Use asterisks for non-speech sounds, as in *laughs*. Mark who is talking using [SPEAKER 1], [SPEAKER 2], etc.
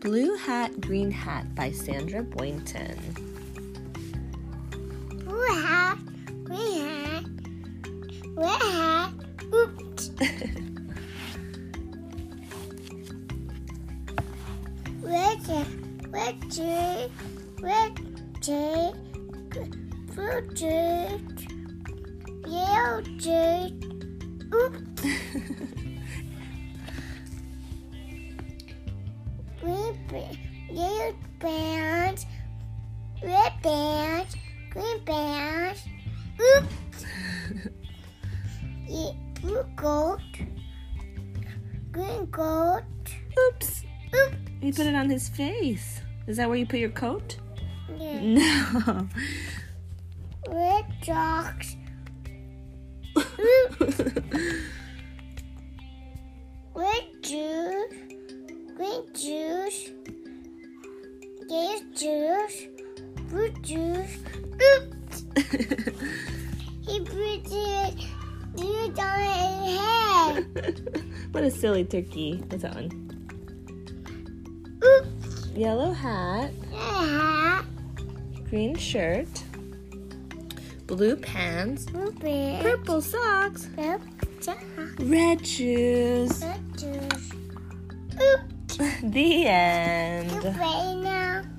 [SPEAKER 1] Blue Hat, Green Hat by Sandra Boynton.
[SPEAKER 2] Blue hat, green hat, red hat, oops, red hat, red tree, red tree, blue tree, yellow tree, oops, green band, yellow band, red band, green band, oops. Yeah, blue goat, green goat,
[SPEAKER 1] Oops.
[SPEAKER 2] oops.
[SPEAKER 1] You put it on his face. Is that where you put your coat?
[SPEAKER 2] Yeah.
[SPEAKER 1] No. *laughs*
[SPEAKER 2] Red dogs, red juice, green juice, yellow juice, blue juice. Oops! He breathed it, breathed on his head.
[SPEAKER 1] *laughs* what a silly turkey. What's that one?
[SPEAKER 2] Oops!
[SPEAKER 1] Yellow hat,
[SPEAKER 2] Yeah,
[SPEAKER 1] green shirt, blue pants,
[SPEAKER 2] blue bear,
[SPEAKER 1] purple socks,
[SPEAKER 2] red dog,
[SPEAKER 1] red shoes.
[SPEAKER 2] red juice. Oops!
[SPEAKER 1] The
[SPEAKER 2] You
[SPEAKER 1] end.
[SPEAKER 2] play now.